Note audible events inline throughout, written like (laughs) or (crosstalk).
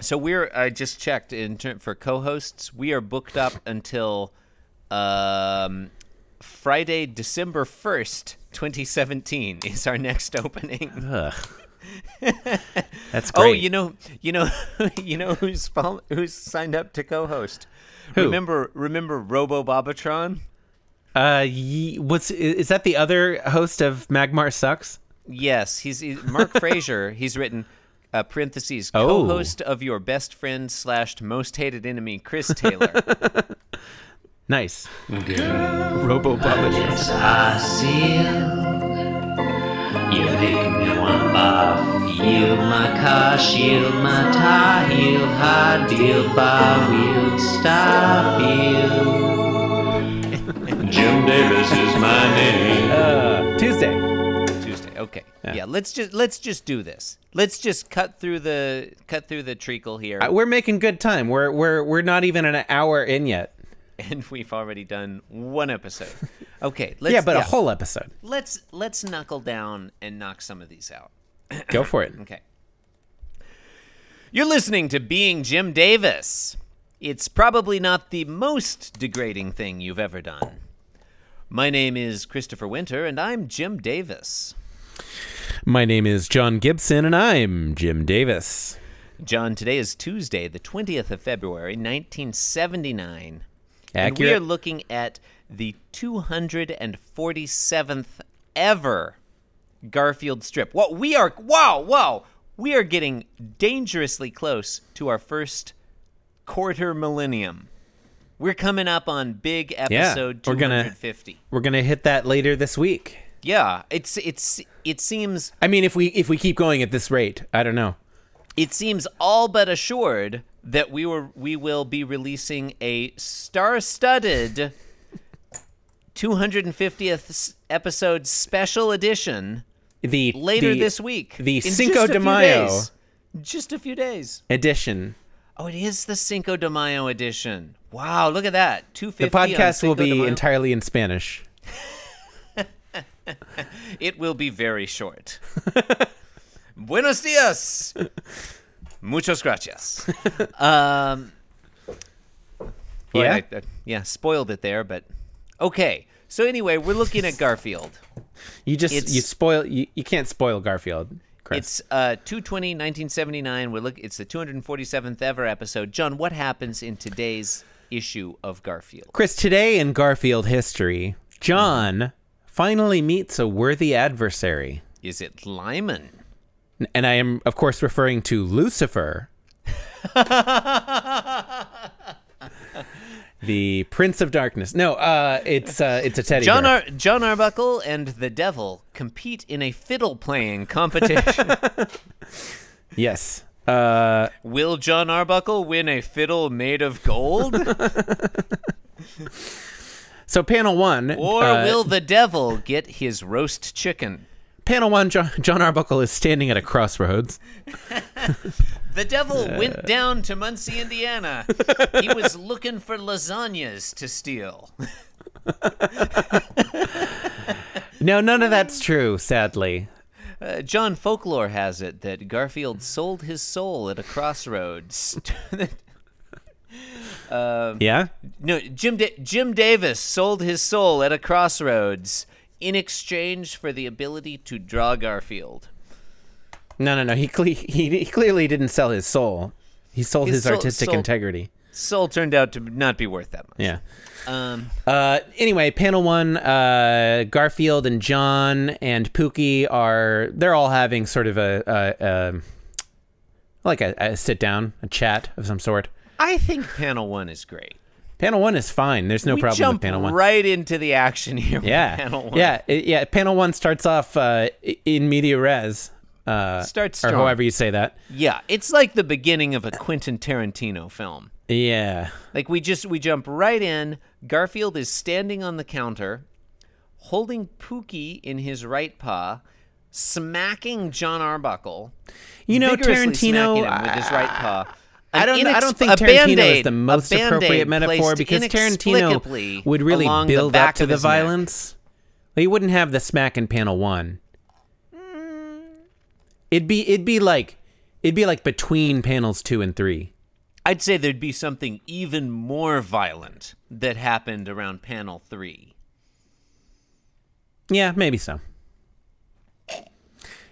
So we're I just checked in ter- for co-hosts. We are booked up until um, Friday, December first, twenty seventeen is our next (laughs) opening. Ugh. That's great. Oh, you know, you know, (laughs) you know who's follow- who's signed up to co-host. Who? Remember, remember Robo Bobatron? uh, ye- what's i- is that the other host of Magmar Sucks? Yes, he's, he's (laughs) Mark Frazier. He's written uh, parentheses Oh. co-host of your best friend slash most hated enemy Chris Taylor. Nice. Robo Bubba. I seal. You make me want off. Yield my car, shield my tie, heel, high deal, bar wheel, stop you. Jim Davis is my name. Tuesday. Tuesday. Okay. Yeah. Let's just let's just do this. Let's just cut through the cut through the treacle here, Uh, We're making good time. We're we're we're not even an hour in yet. (laughs) and we've already done one (laughs) episode. Okay. Let's, yeah, but a whole episode. Let's let's knuckle down and knock some of these out. Go for it. Okay. You're listening to Being Jim Davis. It's probably not the most degrading thing you've ever done. My name is Christopher Winter, and I'm Jim Davis. My name is John Gibson, and I'm Jim Davis. John, today is Tuesday, the 20th of February, 1979. And we Accurate. are looking at the 247th ever Garfield strip. What we are, wow, wow, we are getting dangerously close to our first quarter millennium. We're coming up on big episode we're gonna- 250. We're gonna hit that later this week. Yeah, it's it's it seems I mean, if we if we keep going at this rate, I don't know. it seems all but assured that we were we will be releasing a star-studded 250th s- episode special edition The later the this week. the in Cinco just a de few Mayo. days. Just a few days. edition, Oh, it is the Cinco de Mayo edition. Wow, look at that. 250 the on podcast Cinco will de be Mayo. entirely in Spanish. It will be very short. (laughs) Buenos (laughs) dias. Muchas gracias. Boy, Yeah? I- I- yeah, spoiled it there, but okay. So anyway, we're looking at Garfield. You just It's- you spoil you, you can't spoil Garfield, Chris. It's uh 220 1979. We look it's the 247th ever episode. John, what happens in today's issue of Garfield? Chris, today in Garfield history, John finally meets a worthy adversary. Is it Lyman? N- And I am of course referring to Lucifer, (laughs) the Prince of Darkness. No, uh it's uh it's a teddy John bear. Ar- John Arbuckle and the Devil compete in a fiddle playing (laughs) competition. yes. Uh Will John Arbuckle win a fiddle made of (laughs) gold? so panel 1 Or uh, will the devil get his roast chicken? panel 1 John, John Arbuckle is standing at a crossroads. The devil went down to Muncie, (laughs) Indiana. he was looking for lasagnas to steal. No, none of that's true, sadly. Uh, John folklore has it that Garfield sold his soul at a crossroads. (laughs) Um, Yeah? no, Jim da- Jim Davis sold his soul at a crossroads in exchange for the ability to draw Garfield. No, no, no. He cle- he, he clearly didn't sell his soul. He sold his, His soul- artistic soul- integrity. Soul turned out to not be worth that much. Yeah. Um, Uh, anyway, panel one. Uh, Garfield and John and Pookie are they're all having sort of a, a, a like a, a sit down, a chat of some sort. I think panel one is great. Panel one is fine. There's no we problem jump with panel one. right into the action here. yeah. with panel one. Yeah. it- yeah. Panel one starts off uh, i- in media res. Uh, Starts or strong. however you say that. Yeah, it's like the beginning of a Quentin Tarantino film. Yeah. Like we just we jump right in. Garfield is standing on the counter, holding Pookie in his right paw, smacking John Arbuckle. You know, vigorously Tarantino. smacking him with his I- right paw. I An don't. I don't inex- think a Tarantino is Band-Aid- the a most Band-Aid appropriate metaphor placed because Tarantino inexplicably would really along the build up back to of the his neck. violence. He wouldn't Mm. have the smack in panel one. It'd be. It'd be like It'd be like between panels two and three. I'd say there'd be something even more violent that happened around panel three. Yeah, maybe so.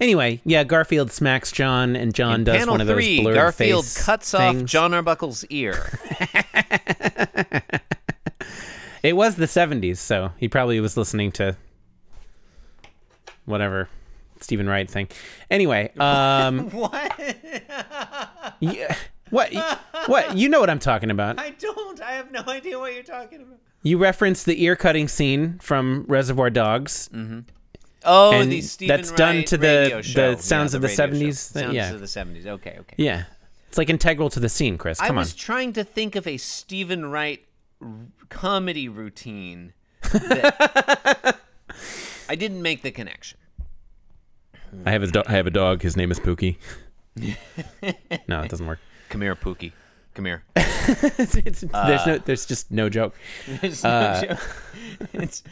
Anyway, yeah, Garfield smacks John, and John In does panel one of those three, blurred Garfield face cuts off things. John Arbuckle's ear. It was the '70s, so he probably was listening to whatever Stephen Wright thing. Anyway, (laughs) um, what? yeah, what, what? You know what I'm talking about. I don't. I have no idea what you're talking about. You referenced the ear cutting scene from Reservoir Dogs. Oh, And the Stephen that's done Wright to the- radio the show. Sounds yeah, of the radio 70s show. thing, Sounds yeah. of the seventies. Okay, okay. Yeah, it's like integral to the scene, Chris. I Come on. was trying to think of a Stephen Wright r- comedy routine. That (laughs) I didn't make the connection. I have a do- I have a dog. His name is (laughs) Pookie. no, it doesn't work. Come here, Pookie. Come here. (laughs) It's- it's- uh, there's no. There's just no joke. (laughs) It's no Uh, joke. It's-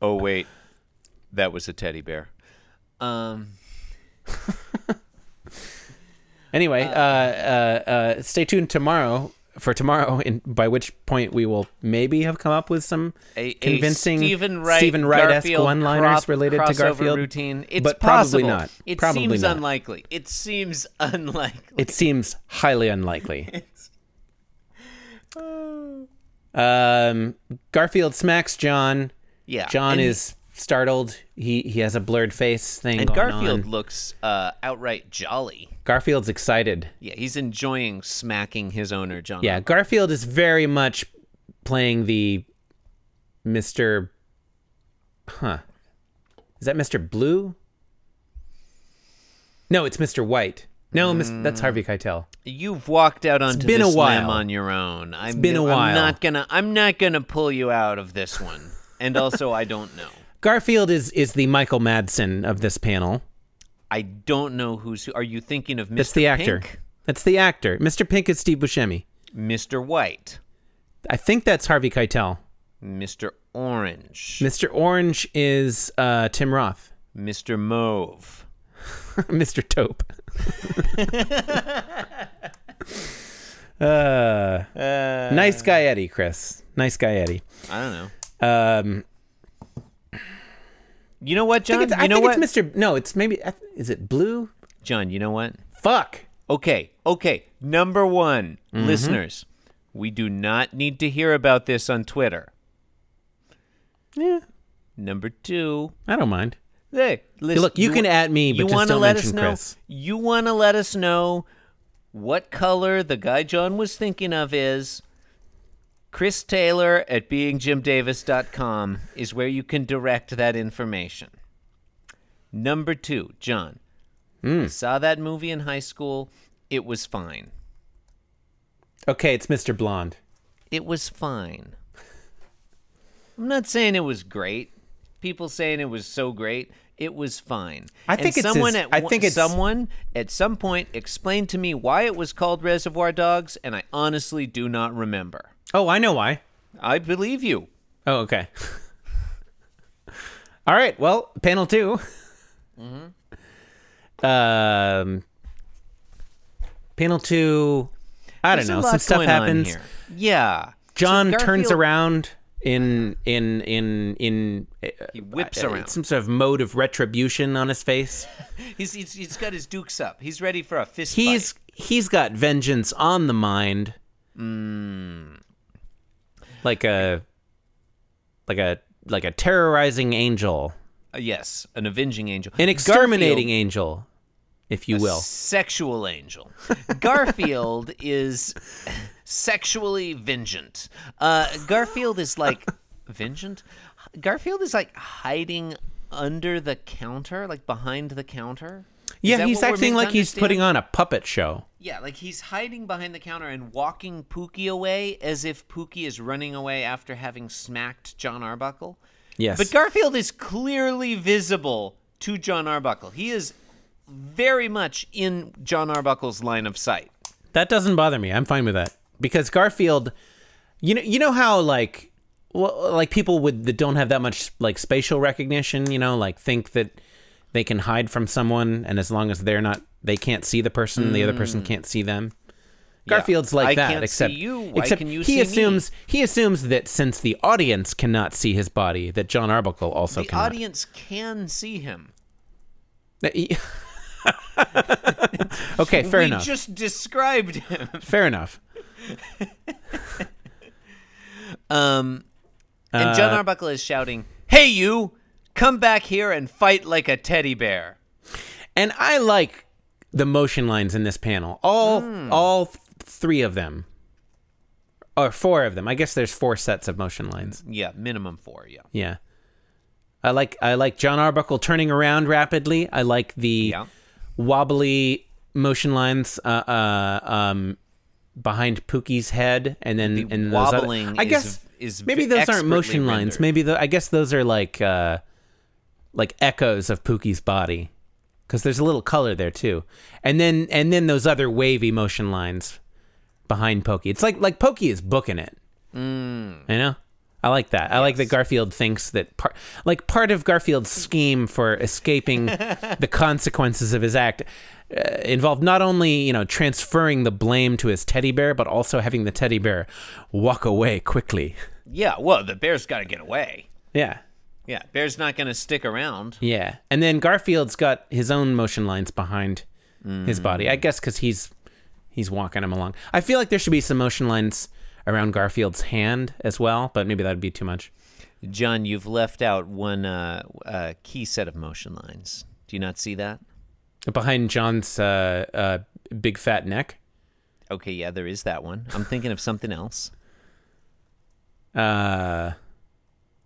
oh wait, that was a teddy bear. Um, Anyway, uh, uh, uh, stay tuned tomorrow for tomorrow, in, by which point we will maybe have come up with some a, a convincing Stephen Wright, Stephen Wright-esque Garfield one-liners crop- related to crossover Garfield routine. It's but possible. probably not. It Probably seems not. unlikely. It seems (laughs) unlikely. It seems highly (laughs) unlikely. um, Garfield smacks John. yeah, John and- is startled. He he has a blurred face thing. And going Garfield on. looks uh, outright jolly. Garfield's excited. Yeah, he's enjoying smacking his owner, John. Yeah, Garfield is very much playing the Mr. Huh. Is that Mr. Blue? No, it's Mr. White. No, Mis- that's Harvey Keitel. You've walked out onto been this a while. limb on your own. I'm, been a I'm while. not gonna. I'm not gonna pull you out of this one. And also, I don't know. Garfield is is the Michael Madsen of this panel. I don't know who's who. Are you thinking of Mr. That's the actor. Pink? That's the actor. Mr. Pink is Steve Buscemi. Mr. White, I think that's Harvey Keitel. Mr. Orange, Mr. Orange is uh, Tim Roth. Mr. Mauve. (laughs) Mr. Taupe. uh, nice guy Eddie, Chris. Nice guy Eddie. I don't know. Um, You know what, I think, John? it's, I Um, you know think what, it's Mr. No, it's maybe. I th- Is it Blue? John? You know what? Fuck. Okay, okay. Number one, Mm-hmm. listeners, we do not need to hear about this on Twitter. Yeah, Number two, I don't mind. hey, listen, Look, you, can at me, but you just wanna don't let mention us know. Chris. You want to let us know what color the guy John was thinking of is. Chris Taylor at beingjimdavis.com is where you can direct that information. Number two, John. Hmm. I saw that movie in high school. It was fine. Okay, it's Mr. Blonde. It was fine. I'm not saying it was great. People saying it was so great. It was fine. I And think it's someone his- at I one- think it's- someone at some point explained to me why it was called Reservoir Dogs, and I honestly do not remember. Oh, I know why. I believe you. Oh, okay. (laughs) All right. Well, panel (laughs) 2 Mm-hmm. Um, panel two. I There's a don't know. lot Some stuff going on happens. here. Yeah. John So turns Garfield- around in in in in. uh, He whips around. Some sort of mode of retribution on his face. He's, he's, he's got his dukes up. He's ready for a fist He's he's got vengeance on the mind. Hmm. Like a like a like a terrorizing angel. fight. Uh, yes, an avenging angel. an exterminating Garfield- angel, if you will. sexual angel. (laughs) Garfield is sexually vengeant. Uh, Garfield is like vengeant. Garfield is like hiding under the counter, like behind the counter. Is Yeah, that he's what we're meant acting to like he's understand? putting on a puppet show. Yeah, like he's hiding behind the counter and walking Pookie away as if Pookie is running away after having smacked John Arbuckle. Yes, But Garfield is clearly visible to John Arbuckle. He is very much in John Arbuckle's line of sight. that doesn't bother me. I'm fine with that because Garfield, you know, you know how like, well, like people with that don't have that much like spatial recognition, you know, like think that they can hide from someone, and as long as they're not They can't see the person. The other person can't see them. Garfield's like Hmm. I that, can't see except you. Why except can you he see me? assumes he assumes that since the audience cannot see his body, that John Arbuckle also The cannot. audience can see him. That he- (laughs) okay, fair we enough. just described (laughs) him. Fair enough. Um, and John Uh, Arbuckle is shouting, "Hey, you! Come back here and fight like a teddy bear." And I like the motion lines in this panel. All all th- three of them. Or four of them. I guess there's four sets of motion lines. Yeah, minimum four. Yeah. Yeah. I like I like John Arbuckle turning around rapidly. I like the Yeah. wobbly motion lines uh, uh, um, behind Pookie's head, and then The and those other- wobbling I is- guess is maybe those aren't expertly motion lines. rendered. Maybe the, I guess those are like uh, like echoes of Pookie's body, because there's a little color there too. And then and then those other wavy motion lines behind Pokey. It's like like Pokey is booking it. You know, I like that. I like that Garfield thinks that part, like part of Garfield's scheme for escaping the consequences of his act uh, involved not only you know transferring the blame to his teddy bear, but also having the teddy bear walk away quickly. Yeah. Well, the bear's got to get away. Yeah, Yeah, bear's not going to stick around. yeah. And then Garfield's got his own motion lines behind his body. I guess because he's he's walking him along. I feel like there should be some motion lines around Garfield's hand as well, but maybe that'd be too much. John, you've left out one uh, uh, key set of motion lines. Do you not see that? behind John's uh, uh, big fat neck. Okay, yeah, there is that one. I'm thinking of something else. Uh,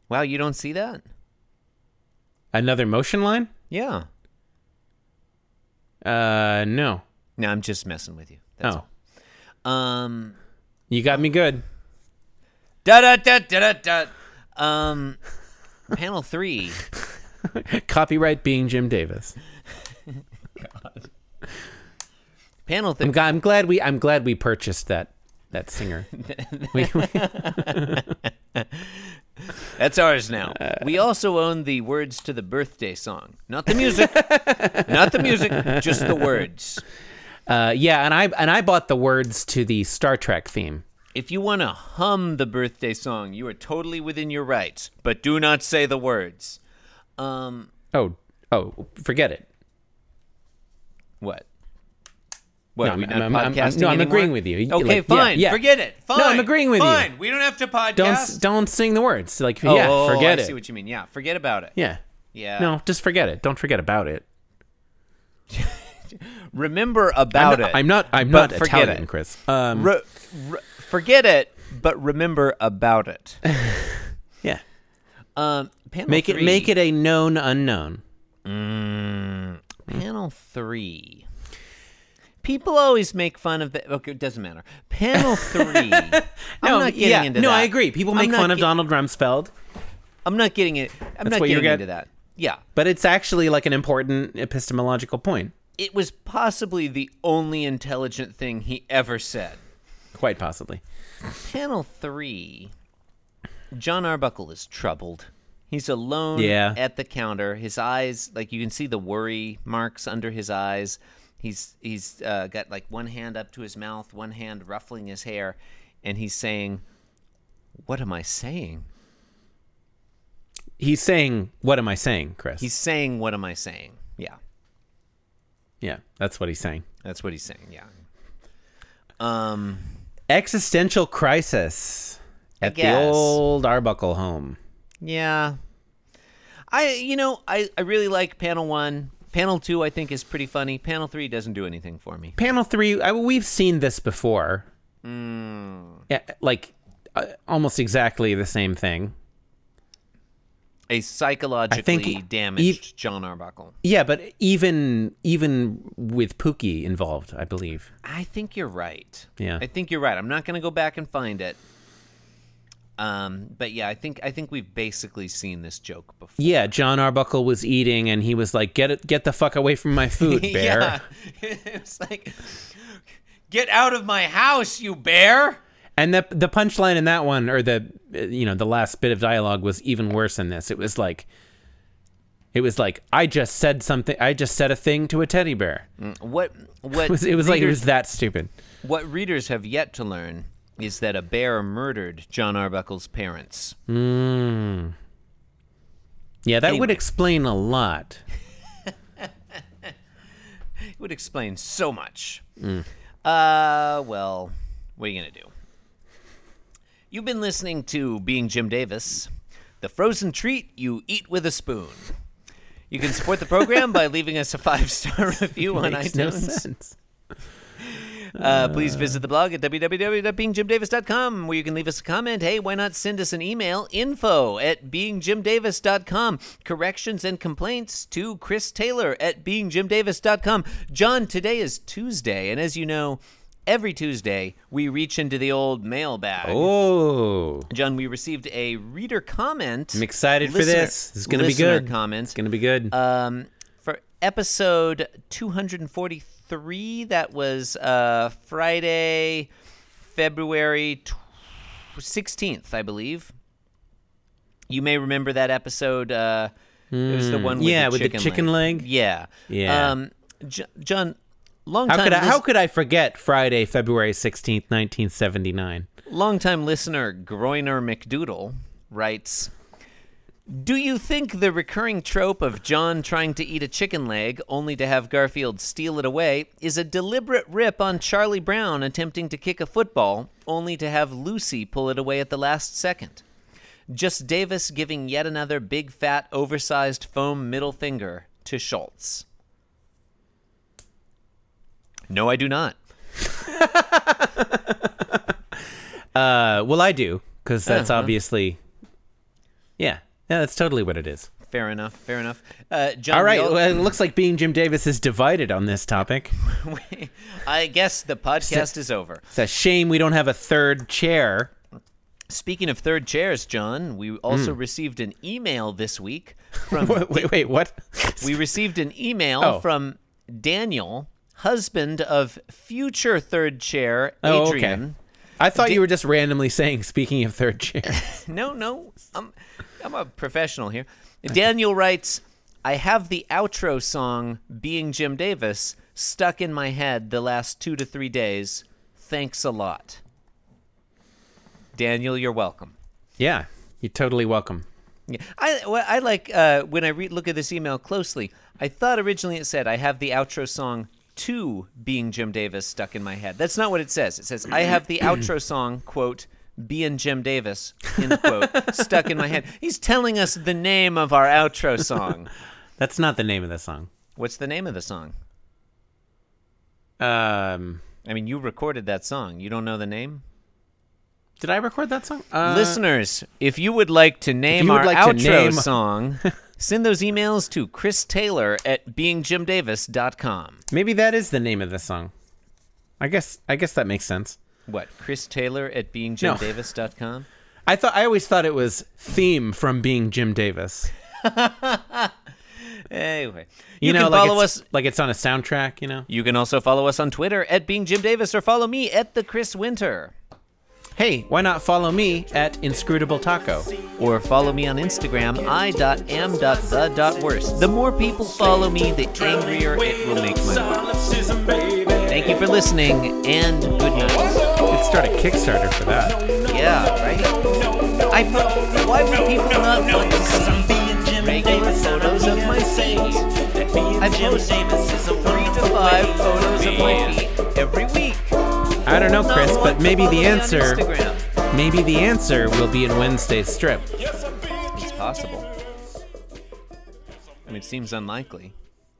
Wow, you don't see that? another motion line? Yeah. Uh, no. No, I'm just messing with you. That's Oh, all. Um. you got me good. Da da da da da da. Um. panel three. Copyright being Jim Davis. Panel I'm, three. g- I'm glad we I'm glad we purchased that (laughs) that singer. we, we- That's ours now. We also own the words to the birthday song. Not the music. not the music. Just the words. uh, yeah, and I and I bought the words to the Star Trek theme. If you want to hum the birthday song, you are totally within your rights, but do not say the words. Um. Oh, oh, forget it. What? What? No, are we I'm- not I'm- I'm- I'm- podcasting no, I'm anymore? agreeing with you. You- Okay, like, yeah, fine. yeah. Forget it. Fine. I'm agreeing with you. Fine. We don't have to podcast. Don't s don't sing the words. Like Oh, yeah, oh, forget I it. see what you mean. Yeah, forget about it. yeah. Yeah. No, just forget it. Don't forget about it. Remember about I'm not, it. I'm not. I'm But not forget Italian, it. Chris. Um, Re- re- forget it, but remember about (laughs) it. yeah. Um, panel Make it three- make it a known unknown. Hmm. Panel three. People always make fun of the. Okay, it doesn't matter. (laughs) Panel three. I'm not getting into no, that. I agree. People I'm make not fun of ge- Donald Rumsfeld, I'm not getting it. I'm not what getting you're get- into that. Yeah. but it's actually like an important epistemological point. It was possibly the only intelligent thing he ever said. Quite possibly. Panel three. John Arbuckle is troubled. He's alone Yeah. at the counter. His eyes, like you can see the worry marks under his eyes. He's he's uh, got like one hand up to his mouth, one hand ruffling his hair, and he's saying, "What am I saying?" He's saying, "What am I saying, Chris?" He's saying, "What am I saying?" Yeah, yeah, that's what he's saying. that's what he's saying. Yeah. Um. Existential crisis at the guess. old Arbuckle home. Yeah. I you know, I, I really like panel one. Panel two I think is pretty funny. Panel three doesn't do anything for me. Panel three. I, we've seen this before. Hmm. Yeah, like uh, almost exactly the same thing. A psychologically damaged John Arbuckle. Yeah, but even even with Pookie involved, I believe. I think you're right. Yeah. I think you're right. I'm not gonna go back and find it. Um, but yeah, I think I think we've basically seen this joke before. Yeah, John Arbuckle was eating, and he was like, "Get it, get the fuck away from my food, bear." (laughs) yeah. it's like Get out of my house, you bear. And the the punchline in that one, or the uh, you know the last bit of dialogue, was even worse than this. It was like, It was like I just said something. I just said a thing to a teddy bear. What what (laughs) It was, it was like it readers- was that stupid. What readers have yet to learn is that a bear murdered John Arbuckle's parents. Yeah, that would Anyway. explain a lot. It would explain so much. Mm. Uh, well, what are you going to do? You've been listening to Being Jim Davis, the frozen treat you eat with a spoon. You can support the program by leaving us a five star (laughs) review on Makes iTunes. no sense. Uh, please visit the blog at www.beingjimdavis.com where you can leave us a comment. Hey, why not send us an email? Info at beingjimdavis.com. Corrections and complaints to Chris Taylor at beingjimdavis.com. John, today is Tuesday, and as you know, every Tuesday we reach into the old mailbag. Oh, John, we received a reader comment. I'm excited for listener- this. It's gonna be listener good. Comment It's gonna be good. um, for episode 243 that was uh, friday february tw- 16th i believe you may remember that episode uh, it was the one with Hmm. yeah, the with the chicken chicken leg. yeah Yeah. um, J- john long how time could I, lis- how could I forget Friday, February sixteenth, nineteen seventy nine? Longtime listener Groiner McDoodle writes Do you think the recurring trope of John trying to eat a chicken leg only to have Garfield steal it away is a deliberate rip on Charlie Brown attempting to kick a football only to have Lucy pull it away at the last second? Just Davis giving yet another big fat oversized foam middle finger to Schultz. No, I do not. Uh, well, I do because that's obviously, yeah, yeah, that's totally what it is. Fair enough. Fair enough. Uh, John, All right, we all- well, it looks like being Jim Davis is divided on this topic. (laughs) I guess the podcast is over. It's a shame we don't have a third chair. Speaking of third chairs, John, we also received an email this week from (laughs) Wait, wait, wait Hmm. what? we received an email Oh. from Daniel, husband of future third chair Oh, okay. Adrian. I thought you were just randomly saying. Speaking of third chair, (laughs) No, no, I'm I'm a professional here. Daniel writes, "I have the outro song being Jim Davis stuck in my head the last 2 to 3 days. Thanks a lot." Daniel, you're welcome. yeah, you're totally welcome. Yeah. I well, I like uh, when I re- look at this email closely. I thought originally it said I have the outro song to being Jim Davis stuck in my head. That's not what it says. It says I have (clears throat) the outro song quote being Jim Davis end (laughs) quote stuck in my head. He's telling us the name of our outro song. That's not the name of the song. What's the name of the song? Um, I mean, you recorded that song. You don't know the name? did I record that song? Uh, Listeners, if you would like to name you would our like to outro name- (laughs) song, send those emails to Chris Taylor at beingjimdavis.com. Maybe that is the name of the song. I guess I guess that makes sense. What? Chris Taylor at No. beingjimdavis.com? I thought I always thought it was theme from being Jim Davis. Anyway, you, You, know, can like follow it's, us. like it's on a soundtrack. You know, You can also follow us on Twitter at beingjimdavis or follow me at the Chris Winter hey, why not follow me at Inscrutable Taco? or follow me on Instagram i.am.the.worst. The more people follow me, the angrier it will make my work. Solipsism, baby. Thank you for listening and good night. Let's start a Kickstarter for that. Yeah, right? I why would people not want to Cause see I'm being Jim regular Davis, I'm photos of being my feet? insane. That being I Jim post Davis is a three to five photos of my feet every week? I don't know, Chris, Not but one maybe follow the me on answer, Instagram. maybe the answer will be in Wednesday's strip. Yes, I'm being It's possible. I mean, it seems unlikely.